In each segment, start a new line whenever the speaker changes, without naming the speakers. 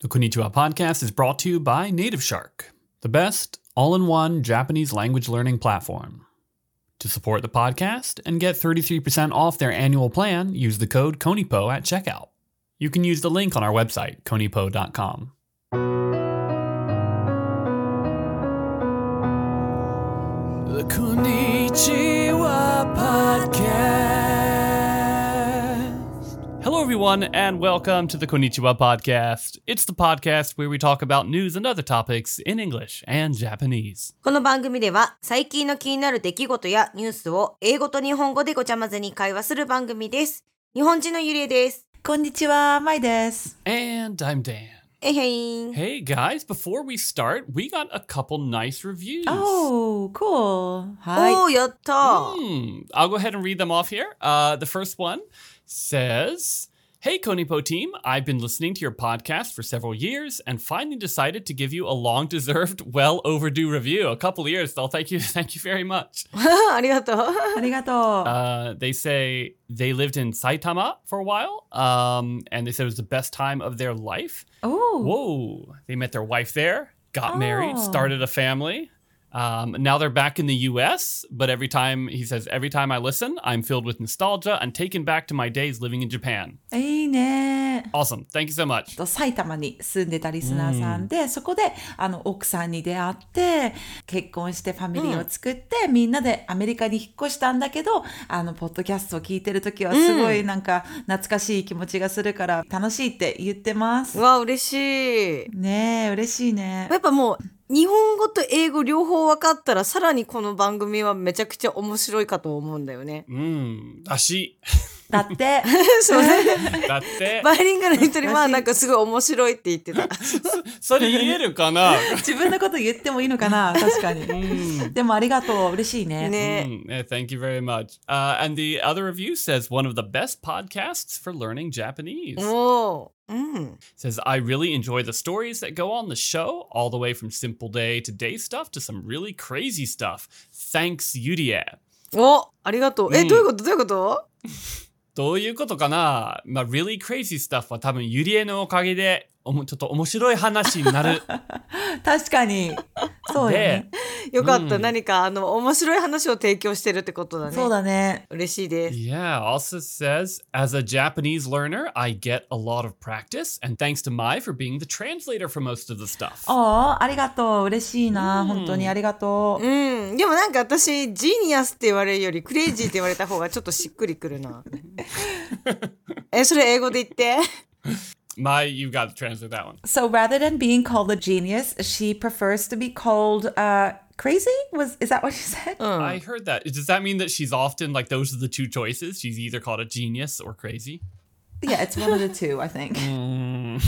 The Konnichiwa podcast is brought to you by Native Shark, the best all in one Japanese language learning platform. To support the podcast and get 33% off their annual plan, use the code KONIPO at checkout. You can use the link on our website, konipo.com. The Konnichiwa Podcast. Hello, everyone, and welcome to the Konnichiwa Podcast. It's the podcast where we talk about news and other topics in English and Japanese.
この番組では最近の気になる出来事やニュースを英語と日本語でごちゃ混ぜに会話する番組です。日本人のゆりえです。
こんにちは、まいです。
And I'm Dan.
えへいん。
Hey, guys, before we start, we got a couple nice reviews.
Oh,
お
cool. は
ー、やったー。
Hmm. I'll go ahead and read them off here. Uh, the first one says, Hey, Konipo team, I've been listening to your podcast for several years and finally decided to give you a long deserved, well overdue review. A couple years, so thank you. Thank you very much.
ありがとう。
い。ありがと
Uh, they say they lived in Saitama for a while um, and they said it was the best time of their life.
う。おー
Whoa. They met their wife there, got married,
Oh.
started a family. Um, now they're back in the US, but every time, he says, every time I listen, I'm filled with nostalgia and taken back to my days living in Japan.
いいね。
Awesome. Thank you so much.。
と埼玉に住んでたリスナーさんで、そこであの奥さんに出会って結婚してファミリーを作って、みんなでアメリカに引っ越したんだけどあのポッドキャストを聞いてる時はすごいなんか懐かしい気持ちがするから楽しいって言ってます
う。わ、嬉しい。
ねえ嬉しいね
や。っぱもう日本語と英語両方分かったらさらにこの番組はめちゃくちゃ面白いかと思うんだよね
Mm. Dashi.
だ って。
そうね。
That's it.
バイリンガルの人にはなんかすごい面白いって言ってた。
So do you hear it, Kana?
自分のこと言ってもいいのかな確かに。でもありがとう。嬉しいね。
ね。
Mm, eh, Thank you very much. Uh, and the other review says one of the best podcasts for learning Japanese.
もう。うん。
says I really enjoy the stories that go on the show, all the way from simple day to day stuff to some really crazy stuff. Thanks, Yurie.
お、ありがとう。え、
うん
どういうことどういうこと
どういうことかなまあ、really crazy stuff は多分ユリエのおかげで、おもちょっと面白い話になる。
確かに。そうよね。
よかった。
うん
何かあの面白い話を提供してるってことだね。
そうだね。
嬉しいです。
yeah, also says, as a Japanese learner, I get a lot of practice, and thanks to Mai for being the translator for most of the stuff.
ああ、ありがとう。嬉しいな。
うん
本当にありがとう。
うん、でもなんか私ジーニアスって言われるよりクレイジーって言われた方がちょっとしっくりくる な。え、それ英語で言って。
Mai, you got to translate that one.
So rather than being called a genius, she prefers to be called uh, crazy? Was, is that what you said?
I heard that. Does that mean that she's often like those are the two choices? She's either called a genius or crazy?
Yeah, it's one of the two, I think.
Mm.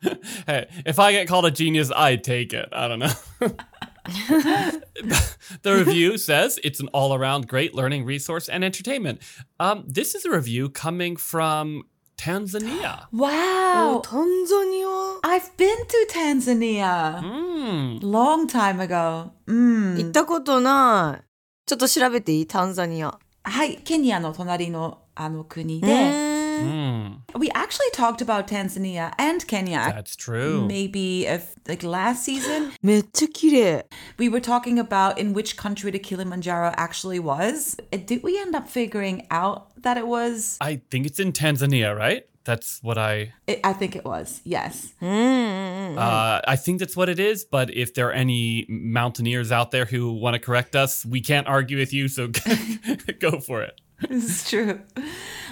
hey, if I get called a genius, I take it. I don't know. the review says it's an all around great learning resource and entertainment. Um, this is a review coming from Tanzania.
Wow.
タンザニア
I've been to Tanzania
Mm.
long time ago. Mm. うん。
行ったことない。ちょっと調べていいタンザニア。
はい、ケニアの隣のあの国で。
ね。
Mm,
We actually talked about Tanzania and Kenya
that's true.
maybe if, like last season.
めっちゃ綺 麗。
We were talking about in which country the Kilimanjaro actually was. Uh, Did we end up figuring out that it was?
I think it's in Tanzania, right? That's what I.
It, I think it was. Yes.
うんうんうん。
Uh, I think that's what it is. But if there are any mountaineers out there who want to correct us, we can't argue with you. So go for it.
this is true.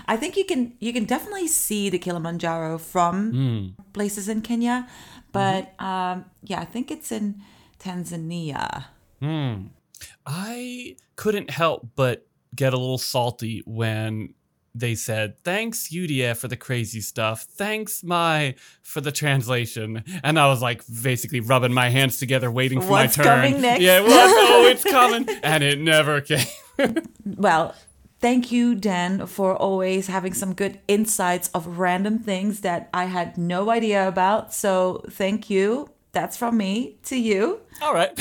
I think you can you can definitely see the Kilimanjaro from
Hmm.
places in Kenya, but um, yeah, I think it's in Tanzania.
I couldn't help but get a little salty when they said, Thanks, UDF, for the crazy stuff. Thanks, my, for the translation. And I was like, basically rubbing my hands together, waiting for
What's
my turn.
coming next?
Yeah, what's, oh, it's coming. And it never came.
Well, thank you, Dan, for always having some good insights of random things that I had no idea about. So thank you. That's from me to you.
All right.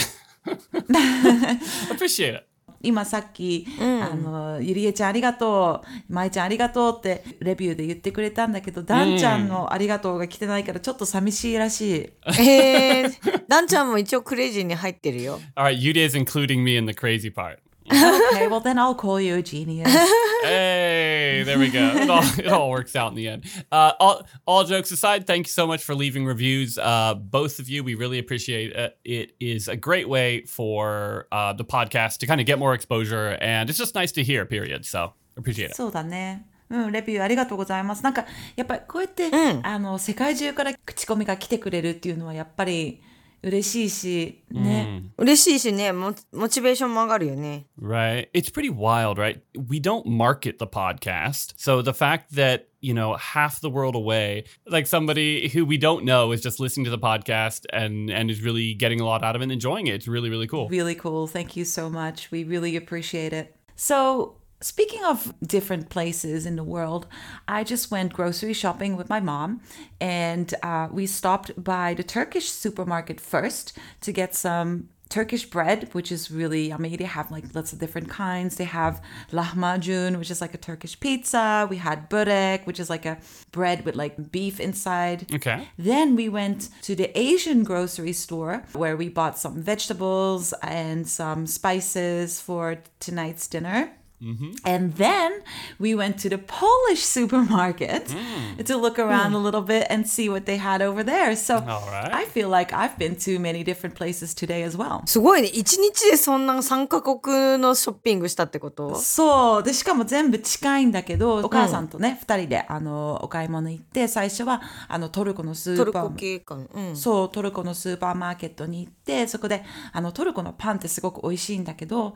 Appreciate it.
今さっき、
うん
あのゆりえちゃんありがとうまいちゃんありがとうってレビューで言ってくれたんだけど、ダンちゃんのありがとうが来てないからちょっと寂しいらし い。
えー、ダンちゃんも一応クレイジーに入ってるよ。
All right, Yuri is including me in the crazy part.
okay, well then I'll call you a genius.
Hey, there we go. It all, it all works out in the end. Uh, all, all jokes aside, thank you so much for leaving reviews. Uh, both of you, we really appreciate it. It is a great way for uh, the podcast to kind of get more exposure, and it's just nice to hear, period. So appreciate it.
そうだね。うん、レビューありがとうございます。なんか、やっぱりこうやって、
うん
あの、世界中から口コミが来てくれるっていうのはやっぱり嬉しいし、ね。
嬉しいしね、モモチベーションも上がるよね。
Right. It's pretty wild, right? We don't market the podcast. So the fact that, you know, half the world away, like somebody who we don't know is just listening to the podcast and and is really getting a lot out of it and enjoying it. It's really, really cool.
Really cool. Thank you so much. We really appreciate it. So, speaking of different places in the world, I just went grocery shopping with my mom and uh, we stopped by the Turkish supermarket first to get some Turkish bread, which is really yummy. They have like lots of different kinds. They have lahmacun, which is like a Turkish pizza. We had burek, which is like a bread with like beef inside.
Okay.
Then we went to the Asian grocery store where we bought some vegetables and some spices for tonight's dinner.
Mm-hmm.
And then we went to the Polish supermarket
Mm.
to look
Hmm.
around a little bit and see what they had over there. So
All right.
I feel like I've been to many different places today as well.
すごいね。一日でそんな3カ国のショッピングしたってこと
そうでしかも全部近いんだけどお母さんとね、二2人であのお買い物行って最初はあのトルコのス
ト
ー
ル
パ
コ
ー
系かな。うん。
そうトルコのスーパーマーケットに行ってそこであのトルコのパンってすごく美味しいんだけど、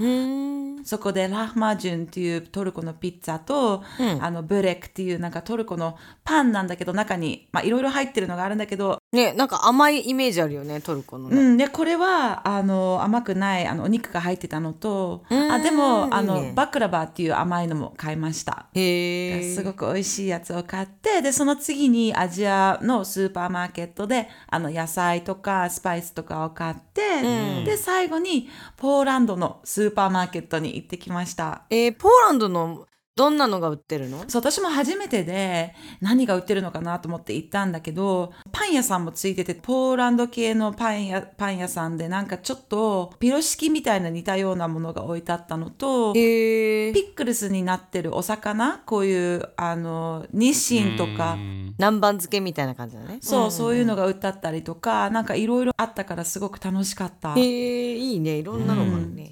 そこでラフマジュンっていうトルコのピッツァと、あのブレクっていうなんかトルコのパンなんだけど中にまあいろいろ入ってるのがあるんだけど、
ね、なんか甘いイメージあるよね、トルコの
う
ね。
ん、でこれはあの甘くないあのお肉が入ってたのとあでもあの
いいね
バクラバーっていう甘いのも買いました。
へえ。
すごく美味しいやつを買ってでその次にアジアのスーパーマーケットであの野菜とかスパイスとかを買って、で最後にポーランドのスーパーマーケットに行ってきました。
えー、ポーランドのどんなのが売ってるの
そう私も初めてで何が売ってるのかなと思って行ったんだけどパン屋さんもついててポーランド系のパン屋パン屋さんでなんかちょっとピロシキみたいな似たようなものが置いてあったのと
へえ。
ピックルスになってるお魚こういうあのニシンとか。
南蛮漬けみたいな感じだね。
そう、そういうのが歌ったりとか、なんかいろいろあったからすごく楽しかった。
へえ、いいね。いろんなのがあるね。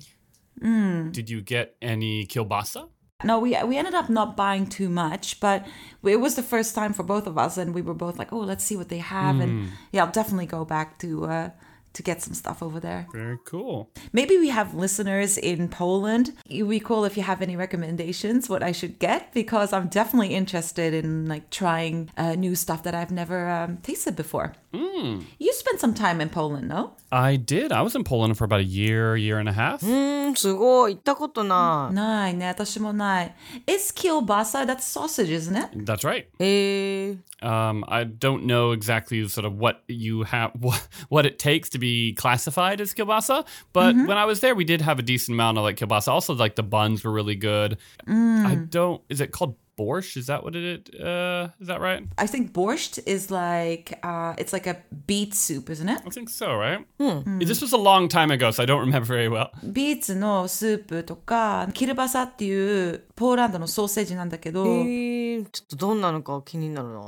うん。
Did you get any kielbasa?
No, we we ended up not buying too much, but it was the first time for both of us, and we were both like, "Oh, let's see what they have," and yeah, I'll definitely go back to uh, to get some stuff over there.
Very cool.
Maybe we have listeners in Poland. We call if you have any recommendations what I should get because I'm definitely interested in like trying uh, new stuff that I've never um, tasted before. You spent some time in Poland, no?
I did. I was in Poland for about a year, year and a half.
うん、すごい。行ったことな
ないね、私もない。Is kielbasa that's sausage, isn't it?
That's right.
い。へえ。
Um, I don't know exactly sort of what you have, what, what it takes to be classified as kielbasa. But when I was there, we did have a decent amount of like kielbasa. Also, like the buns were really good. I don't. Is it called borscht? Is that what it? Uh, is that right?
I think borscht is like uh, it's like a beet soup, isn't it?
I think so. Right. This was a long time ago, so I don't remember very well.
ビーツのスープとかキルバサっていうポーランドのソーセージなんだけど、
へえ。ちょっとどんなのか気になるな。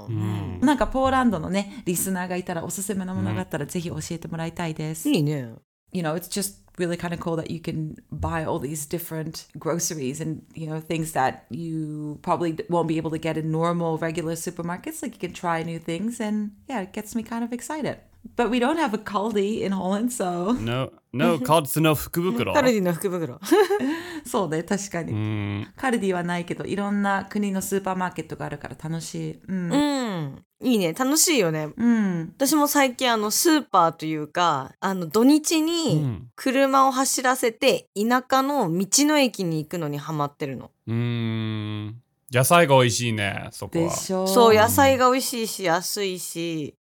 なんかポーランドのねリスナーがいたらおすすめのものがあったらぜひ教えてもらいたいです。
いいね。
You know, it's just really kind of cool that you can buy all these different groceries and you know things that you probably won't be able to get in normal regular supermarkets. Like you can try new things, and yeah, it gets me kind of excited. But we don't have a Caldi in Holland, so
No, no, called Suno
カル
Fukubukuro.
ディの福袋。
そうね確かに、カルディはないけどいろんな国のスーパーマーケットがあるから楽しい。うん、
うん。いいね。楽しいよね。
うん、
私も最近あのスーパーというかあの土日
Hmm.
に車を走らせて田舎の道の駅に行くのにハマってるの。
Mm. 野菜が美味しいね、そこは。
でしょ
そう野菜が美味しいし安いし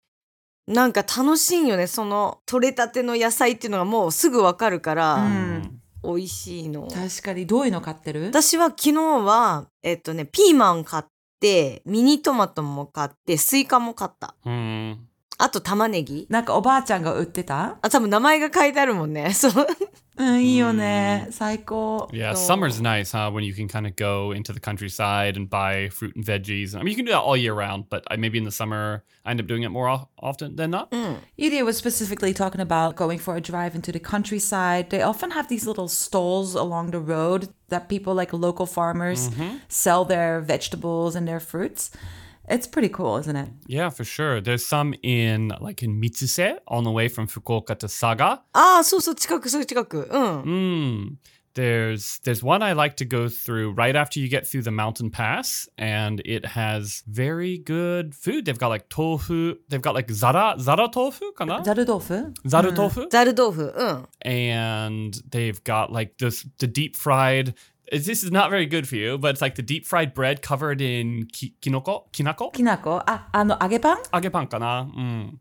なんか楽しいよねその採れたての野菜っていうのがもうすぐわかるから、
うん
美味しいの。
確かにどういうの買ってる
私は昨日は、えっとね、ピーマン買って、ミニトマトも買って、スイカも買った。
うん。
あと玉ねぎ。
なんかおばあちゃんが売ってた
あ、多分名前が書いてあるもんね。 そう。
うん、いいよね。最高。
Yeah,
の-
summer's nice, huh? When you can kind of go into the countryside and buy fruit and veggies. I mean, you can do that all year round, but I, maybe in the summer, I end up doing it more of- often than not.
Mm.
うん。
Yulia was specifically talking about going for a drive into the countryside. They often have these little stalls along the road that people, like local farmers, sell their vegetables and their fruits. It's pretty cool, isn't it?
Yeah, for sure. There's some in like in Mitsuse on the way from Fukuoka to Saga.
ああ、そうそう、近く、すぐ近く。うん。
Mm. There's there's one I like to go through right after you get through the mountain pass, and it has very good food. They've got like tofu. They've got like zara zara tofu, kana?
Zarudofu?
Zaru tofu.
ざる豆腐。うん。
and they've got like this the deep fried is- this is not very good for you but it's like the deep fried bread covered in ki- kinoko kinako
きなこあ、あの、揚げパン
揚げパンかなうん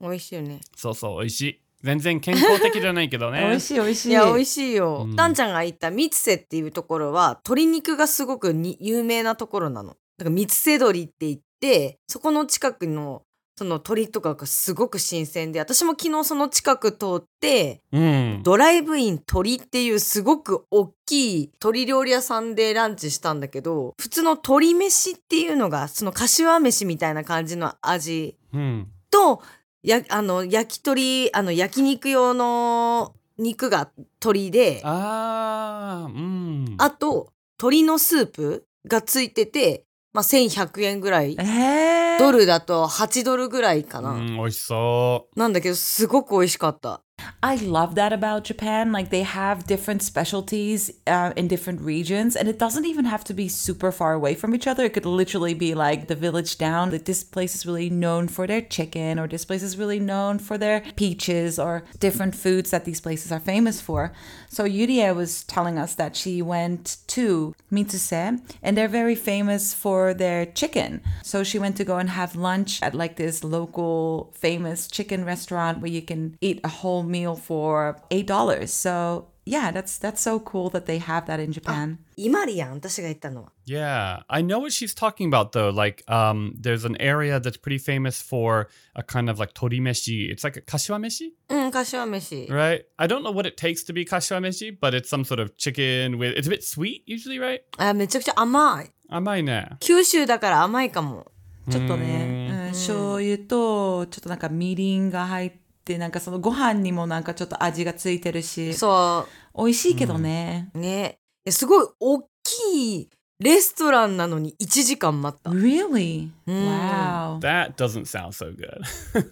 そうそう美味しい全然健康的じゃないけどね
美味しいよね。
美味しい美味しい。
いや、美味しいよ。
うん
ダンちゃんが行ったミツセっていうところは、鶏肉がすごくに有名なところなの。だからミツセ鶏って言って、そこの近くの、その鶏とかがすごく新鮮で、私も昨日その近く通って、
うん。
ドライブイン鳥っていうすごく大きい鳥料理屋さんでランチしたんだけど、普通の鳥飯っていうのが、その柏飯みたいな感じの味
うん。
とやあの焼き鳥あの焼肉用の肉が鶏であ
あー、うん。
と鶏のスープがついてて、まあ、1100円ぐらい
えー、
ドルだと8ドルぐらいかな、
うん、美味しそう。
なんだけどすごく美味しかった
I love that about Japan. Like they have different specialties uh, in different regions, and it doesn't even have to be super far away from each other. It could literally be like the village down. Like this place is really known for their chicken, or this place is really known for their peaches, or different foods that these places are famous for. So Yuria was telling us that she went to Mitsuse, and they're very famous for their chicken. So she went to go and have lunch at like this local famous chicken restaurant where you can eat a whole meal for eight dollars. So yeah, that's that's so cool that they have that in Japan.
イマリアン私が行ったのは
Yeah, I know what she's talking about though. Like, um, there's an area that's pretty famous for a kind of like torimeshi. It's like a kashiwameshi,
うん柏飯、
right? I don't know what it takes to be kashiwameshi, but it's some sort of chicken with. It's a bit sweet usually, right?
あめちゃくちゃ甘い
Amaine.
九州だから甘いかも
ちょっとね、うん、醤油とちょっとなんかみりんが入ってなんかそのご飯にもなんかちょっと味がついてるし
そ
美味しいけどね、
うねえすごい大きいレストランなのに1時間待った
Really?
うん
Wow.
That doesn't sound so good.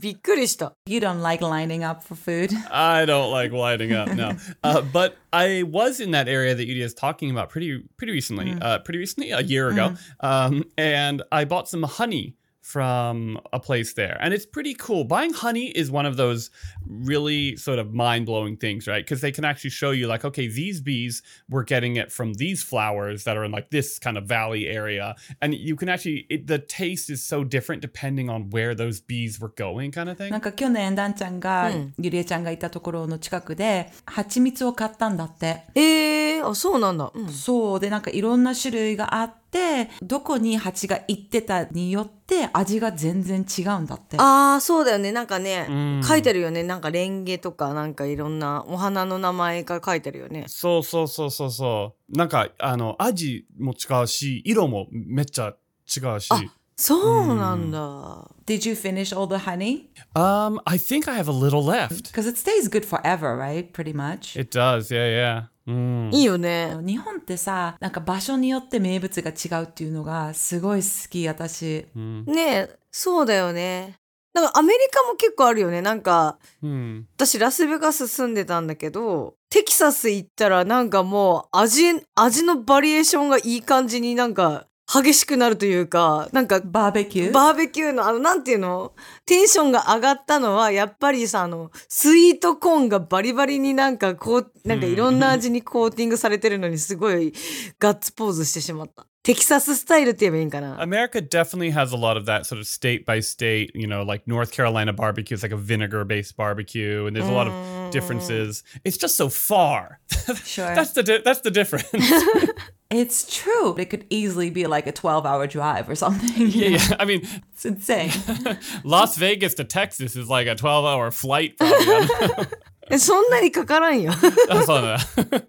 びっくりした
You don't like lining up for food.
I don't like lighting up. No, uh, but I was in that area that Yudia is talking about pretty pretty recently. Uh, pretty recently, a year ago, um, and I bought some honey from a place there, and it's pretty cool. Buying honey is one of those really sort of mind blowing things, right? Because they can actually show you like, okay, these bees were getting it from these flowers that are in like this kind of valley area, and you can actually it, the taste is so different depending on where those bees were going, kind of thing.
なんか去年、ダンちゃんが、
うん
ゆりえちゃんがいたところの近くで、蜂蜜を買ったんだって。
えー、あそうなんだ、うん、
そう。で、なんかいろんな種類があって、どこに蜂が行ってたによって味が全然違うんだって。
ああそうだよねなんかね、
うん
書いてるよねなんかレンゲとかなんかいろんなお花の名前が書いてるよね
そうそうそうそうそう。なんか、あの、味も違うし、色もめっちゃ違うし。
そうなんだ
Did you finish all the honey?
Um, I think I have a little left.
Because it stays good forever, right? Pretty much.
It does, yeah, Hmm. yeah. うん。
いいよね
日本ってさ、なんか場所によって名物が違うっていうのがすごい好き、私。
うん。
ねえそうだよねなんかアメリカも結構あるよねなんか
うん。
私ラスベガス住んでたんだけどテキサス行ったらなんかもう味味のバリエーションがいい感じになんか激しくなるというかなんか
バーベキュー
バーベキューのあのなんていうのテンションが上がったのはやっぱりさあのスイートコーンがバリバリになんかこうなんかいろんな味にコーティングされてるのにすごいガッツポーズしてしまった。テキサススタイルって言えばいいんかな。
America definitely has a lot of that sort of state by state, you know, like North Carolina barbecue is like a vinegar based barbecue, and there's a lot of differences. It's just so far.
Sure.
that's the di- that's the difference.
It's true. It could easily be like a 12 hour drive or something.
yeah, yeah. I mean,
It's insane.
Las Vegas to Texas is like a 12 hour flight. Probably. I don't know.
えそんなにかからん よ。
that's all I know.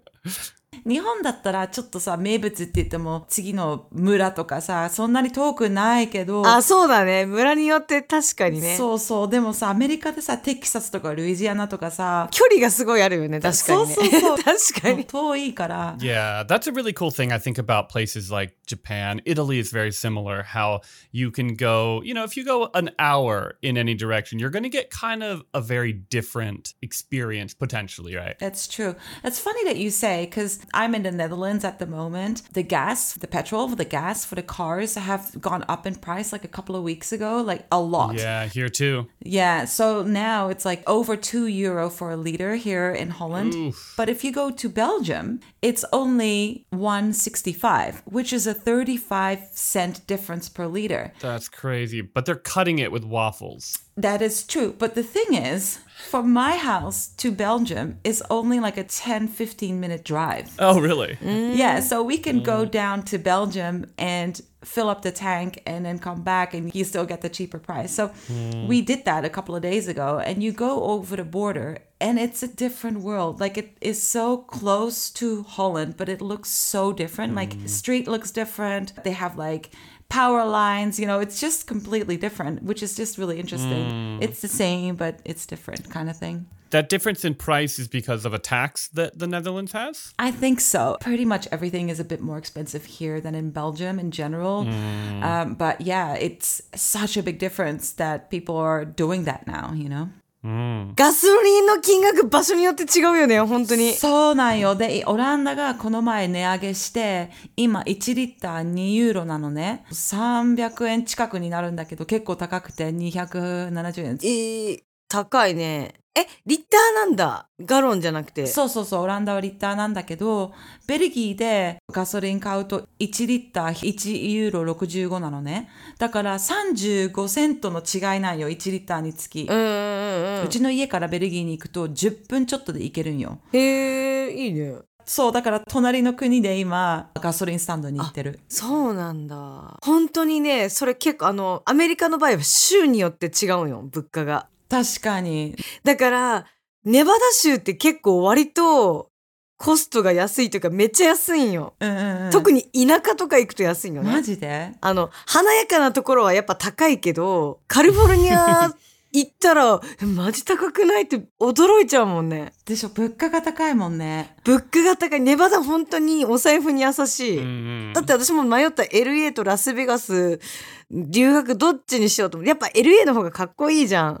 日本だったらちょっとさ、名物って言っても次の村とかさ、そんなに遠くないけ ど、
あ、そうだね。村によって確かにね。
そうそう。でもさ、アメリカでさ、テキサスとかルイジアナとかさ、
距離がすごいあるよね。確かにね。
そうそうそう
確かに。
遠いから。
Yeah, that's a really cool thing I think about places like Japan. Italy is very similar, how you can go, you know, if you go an hour in any direction, you're going to get kind of a very different experience potentially, right?
That's true. It's funny that you say because I'm in the Netherlands at the moment. The gas, the petrol, the gas for the cars have gone up in price like a couple of weeks ago, like a lot.
Yeah, here too.
Yeah, so now it's like over 2 euro for a liter here in Holland. But if you go to Belgium, it's only 165, which is a 35 cent difference per liter.
That's crazy. But they're cutting it with waffles.
That is true. But the thing is, from my house to Belgium is only like a 10 15 minute drive.
Oh, really?
Yeah, so we can go down to Belgium and fill up the tank and then come back and you still get the cheaper price. So we did that a couple of days ago and you go over the border and it's a different world. Like it is so close to Holland, but it looks so different. Like street looks different. They have like power lines, you know, it's just completely different, which is just really interesting. It's the same but it's different kind of thing.
That difference in price is because of a tax that the Netherlands has?
I think so. Pretty much everything is a bit more expensive here than in Belgium in general. Um, but yeah, it's such a big difference that people are doing that now, you know?
Mm.
ガソリンの金額場所によって違うよね。本当に。
そうなんよ。で、オランダがこの前値上げして、今1リッター2ユーロなのね。300円近くになるんだけど、結構高くて270円。
えー、高いね。え、リッターなんだ。ガロンじゃなくて。
そうそうそう、オランダはリッターなんだけど、ベルギーでガソリン買うと1リッター1ユーロ65なのね。だから35セントの違いなんよ、1リッターにつき。
うんうんうん
うちの家からベルギーに行くと10分ちょっとで行けるんよ。
へえ、いいね。
そう、だから隣の国で今、ガソリンスタンドに行ってる。
そうなんだ。本当にね、それ結構あの、アメリカの場合は州によって違うんよ、物価が。
確かに。
だから、ネバダ州って結構割とコストが安いというかめっちゃ安いんよ。
うんうんうん。
特に田舎とか行くと安いんよ
マ
ね。
ジで
あの、華やかなところはやっぱ高いけど、カリフォルニア行ったら、えマジ高くないって驚いちゃうもんね。
でしょ、物価が高いもんね。
物価が高い。ネバダ本当にお財布に優しい。
Mm.
だって私も迷った LA とラスベガス留学どっちにしようと思ってやっぱ LA の方がかっこいいじゃん。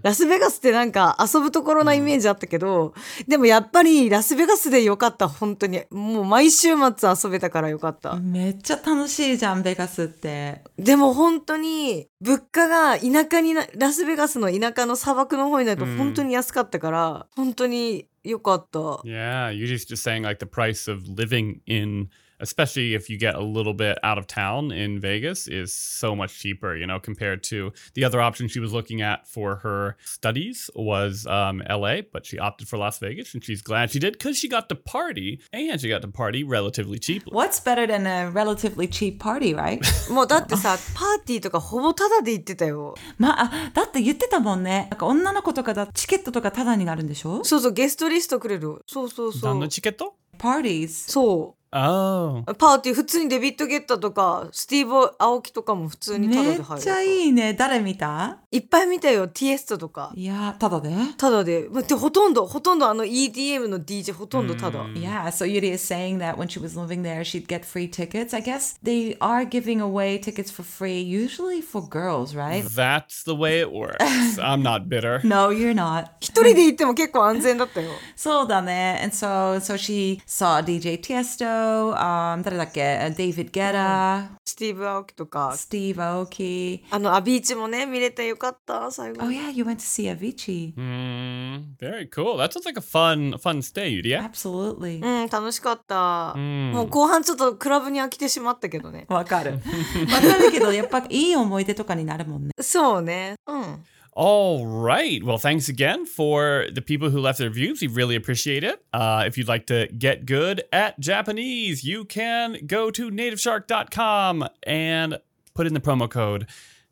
Mm.
ラスベガスってなんか遊ぶところなイメージあったけど、でもやっぱりラスベガスでよかった本当にもう毎週末遊べたからよかった、
めっちゃ楽しいじゃん、ベガスって。
でも本当に物価が田舎になラスベガスの田舎の砂漠の方になると
うん
本当に安かったから、本当によかった、
Yeah, you're just, just saying like the price of living in, especially if you get a little bit out of town in Vegas, is so much cheaper, you know, compared to the other option she was looking at for her studies was um, LA, but she opted for Las Vegas and she's glad she did because she got to party and she got to party relatively cheaply.
What's better than a relatively cheap party, right?
もうだってさパーティーとかほぼタダで行ってたよ
まあ、あだって言ってたもんね。なんか女の子とかだとチケットとかタダになるんでしょ
そうそうゲストリストくれるそうそうそう
Chiqueto?
パーティーズ。
そう
Oh.
パーティー普通にデビッド・ゲッタとかスティーブ・アオキとかも普通にタダ
め
で
っ
入る
ちゃいいね。誰見た
いっぱい見たよティエストとか
いやー、タダで
タダでまあでほとんどほとんどあの EDM の DJ ほとんどタダ
Yeah, so Yuri is saying that when she was living there, she'd get free tickets. I guess they are giving away tickets for free, usually for girls, right?
Oh, That's the way it works. I'm not bitter.
No, you're not.
一人で行っても結構安全だったよ
So done And so so she saw DJ Tiesto Toro、um, 誰だっけ ?David Guetta、
スティーブ・アオキとか
Steve Aoki。
あのアビーチもね見れてよかった最後
Oh yeah, you went to see Avicii.
Mm, very cool. That sounds like a fun, fun stay, Yuria.
Absolutely.
うん楽しかった、
Mm.
もう後半ちょっとクラブに飽きてしまったけどね
わかる。わかるけど、やっぱいい思い出とかになるもんね。
そうねうん、
All right. Well, thanks again for the people who left their reviews. We really appreciate it. Uh, if you'd like to get good at Japanese, you can go to nativeshark.com and put in the promo code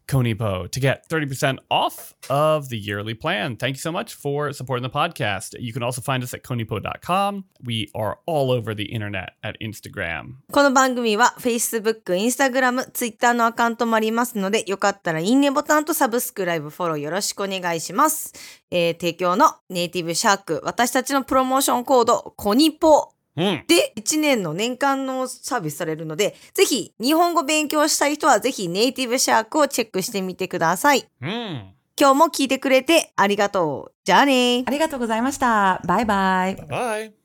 Konipo to get 30% off of the yearly plan. Thank you so much for supporting the podcast. You can also find us at konipo.com. We are all over the internet at Instagram.
この番組は Facebook、Instagram、Twitter のアカウントもありますのでよかったらいいねボタンとサブスクライブフォローよろしくお願いします、えー提供のネイティブシャーク私たちのプロモーションコードコニポ
Mm.
で1年の年間のサービスされるのでぜひ日本語勉強したい人はぜひネイティブシャークをチェックしてみてください
Mm.
今日も聞いてくれてありがとうじゃあねー
ありがとうございました。バイバイ。
Bye.